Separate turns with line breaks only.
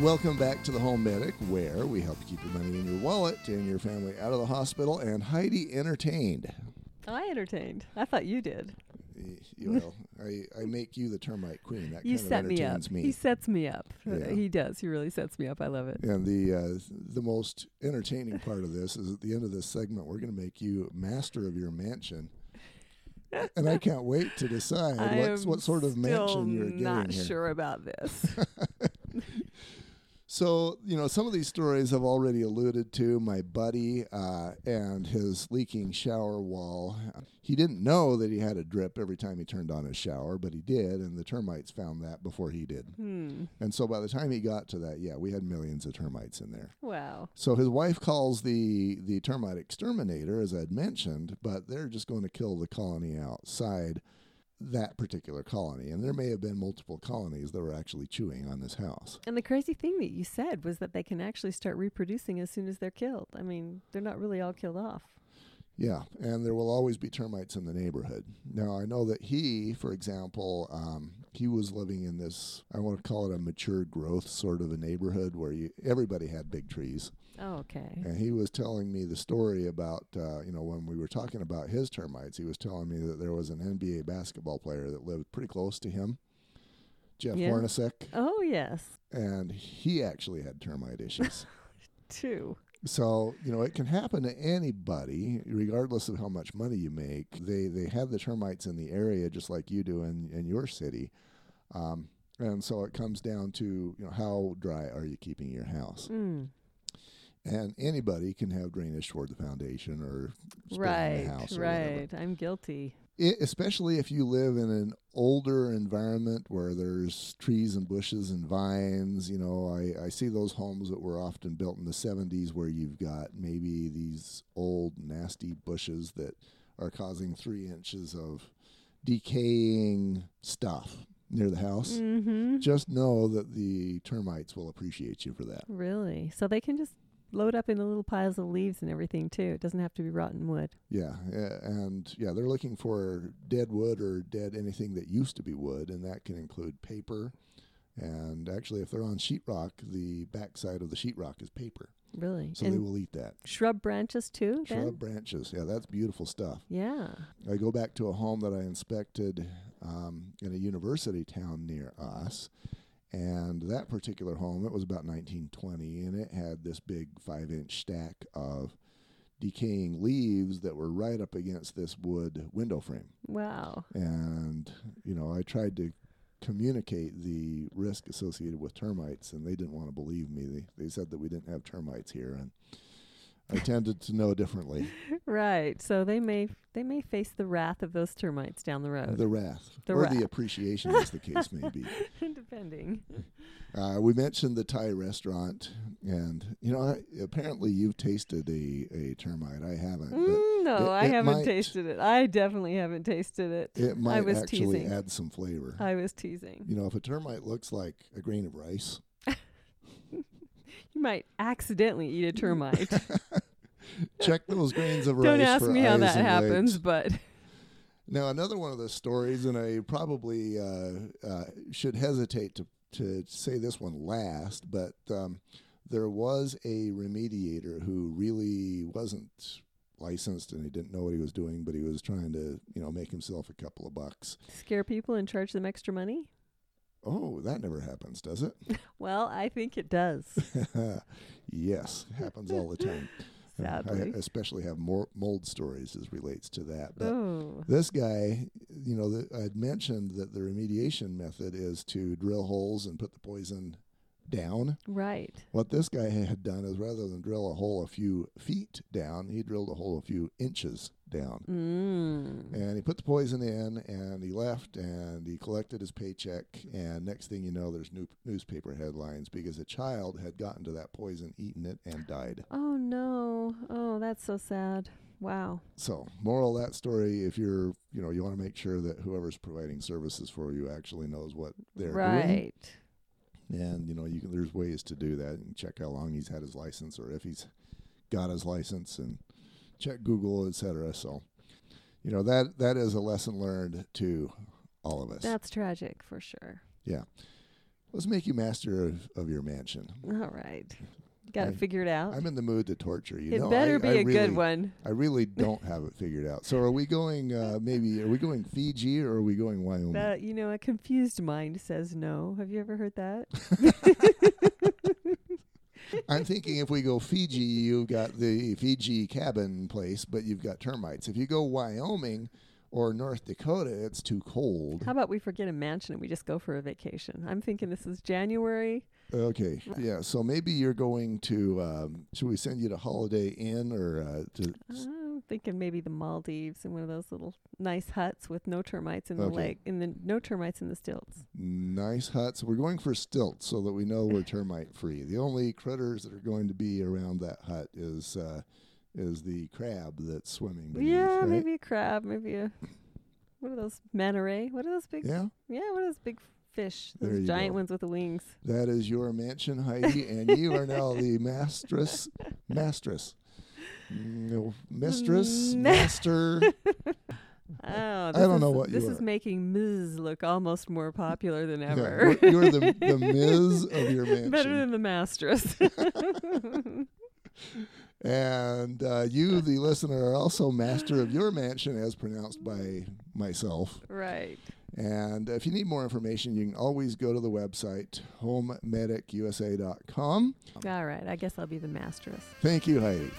Welcome back to the Home Medic, where we help keep your money in your wallet and your family out of the hospital, and Heidi entertained.
Oh, I entertained. I thought you did.
Y- You know, I, I make you the termite queen. That
You
kind
set
of
me
entertains
up.
me.
He sets me up. Uh,
Yeah.
He does. He really sets me up. I love it.
And the uh, the most entertaining part of this is at the end of this segment, we're going to make you master of your mansion. And I can't wait to decide
I
what,
am
what sort of
still
mansion you're getting
not
here.
sure about this.
So, you know, some of these stories I've already alluded to. My buddy uh, and his leaking shower wall. He didn't know that he had a drip every time he turned on his shower, but he did, and the termites found that before he did.
hmm.
And so by the time he got to that, yeah, we had millions of termites in there.
Wow.
So his wife calls the the termite exterminator, as I'd mentioned, but they're just going to kill the colony outside that particular colony. And there may have been multiple colonies that were actually chewing on this house.
And the crazy thing that you said was that they can actually start reproducing as soon as they're killed. I mean, they're not really all killed off.
Yeah, and there will always be termites in the neighborhood. Now, I know that he, for example, um, he was living in this, I want to call it a mature growth sort of a neighborhood where you, everybody had big trees.
Oh, okay.
And he was telling me the story about, uh, you know, when we were talking about his termites, he was telling me that there was an NBA basketball player that lived pretty close to him, Jeff
Yeah.
Hornacek,
Oh, yes.
and he actually had termite issues.
Two.
So, you know, it can happen to anybody, regardless of how much money you make. They they have the termites in the area just like you do in, in your city. Um, and so it comes down to, you know, how dry are you keeping your house?
Mm.
And anybody can have drainage toward the foundation or spray
Right.
the house or whatever.
Right. I'm guilty.
It, e, especially if you live in an older environment where there's trees and bushes and vines. You know, I, I see those homes that were often built in the 70s where you've got maybe these old nasty bushes that are causing three inches of decaying stuff near the house.
Mm-hmm.
Just know that the termites will appreciate you for that.
Really? So they can just load up into little piles of leaves and everything too. It doesn't have to be rotten wood.
Yeah, a- and yeah, they're looking for dead wood or dead anything that used to be wood, and that can include paper. And actually, if they're on sheetrock, the backside of the sheetrock is paper,
Really.
so
and
they will eat that.
shrub branches too. Then.
Shrub branches, yeah, that's beautiful stuff.
Yeah.
I go back to a home that I inspected um, in a university town near us, and that particular home, it was about 1920, and it had this big five-inch stack of decaying leaves that were right up against this wood window frame.
Wow.
And you know, I tried to communicate the risk associated with termites, and they didn't want to believe me. They, they said that we didn't have termites here, and I tended to know differently.
Right. So they may they may face the wrath of those termites down the road,
The wrath,
Uh, The
or
wrath.
the appreciation, as the case may be.
depending.
Uh, we mentioned the Thai restaurant, and you know, I, apparently you've tasted a, a termite. I haven't, but
Mm, no,
it-
I
it
haven't
might-
tasted it. I definitely haven't tasted it.
it might
was
actually
teasing.
add some flavor.
I was teasing.
you know, if a termite looks like a grain of rice,
You might accidentally eat a termite.
check those grains of rice.
Don't ask
for
me how
eyes
that
and
happens,
legs.
but
Now, another one of the stories, and I probably uh, uh, should hesitate to, to say this one last, but um, there was a remediator who really wasn't licensed and he didn't know what he was doing, but he was trying to, you know, make himself a couple of bucks.
scare people and charge them extra money?
Oh, that never happens, does it?
Well, I think it does.
yes, happens all the time. And
Sadly.
I especially have more mold stories as relates to that. But
oh.
this guy, you know, the, I'd mentioned that the remediation method is to drill holes and put the poison down.
Right.
What this guy had done is rather than drill a hole a few feet down, he drilled a hole a few inches down.
Mm.
And he put the poison in and he left and he collected his paycheck. And next thing you know, there's new newspaper headlines because a child had gotten to that poison, eaten it, and died.
Oh no. Oh, that's so sad. Wow.
So, moral of that story: if you're, you know, you want to make sure that whoever's providing services for you actually knows what they're doing,
right.
and you know, you can, there's ways to do that. You can check how long he's had his license, or if he's got his license, and check Google, etc. So, you know that that is a lesson learned to all of us.
That's tragic for sure.
Let's make you master of, of your mansion.
All right. Got
I-
it figured out.
I'm in the mood to torture you.
it
know,
better
I,
be
I
a
really-
good one.
I really don't have it figured out. So are we going? Uh, maybe are we going Fiji or are we going Wyoming?
That, you know, a confused mind says no. Have you ever heard that?
I'm thinking if we go Fiji, you've got the Fiji cabin place, but you've got termites. If you go Wyoming or North Dakota, it's too cold.
How about we forget a mansion and we just go for a vacation? I'm thinking this is January.
Okay, yeah. So maybe you're going to. Um, should we send you to Holiday Inn or uh, to?
I'm thinking maybe the Maldives and one of those little nice huts with no termites in the
Okay.
lake, in the no termites in the stilts.
Nice huts. We're going for stilts so that we know we're termite free. The only critters that are going to be around that hut is uh, is the crab that's swimming. Beneath,
yeah,
right?
maybe a crab, maybe a what are those manta ray? What are those big?
Yeah,
Yeah, what are those big fish?
There
Those
you
giant
go.
ones with the wings.
that is your mansion, Heidi, and you are now the mistress, mistress, no, Mm, oh, mistress,
Ma-
master.
Oh,
I don't
this
know
is-
what you
this
are.
is making Ms. look almost more popular than
Yeah,
ever.
we're- you're the the Miz of your mansion.
Better than the Mastress.
And uh, you, the listener, are also master of your mansion, as pronounced by myself.
right.
And if you need more information, you can always go to the website, homemedicusa.com. Um,
All right. I guess I'll be the Mastress.
Thank you, Heidi.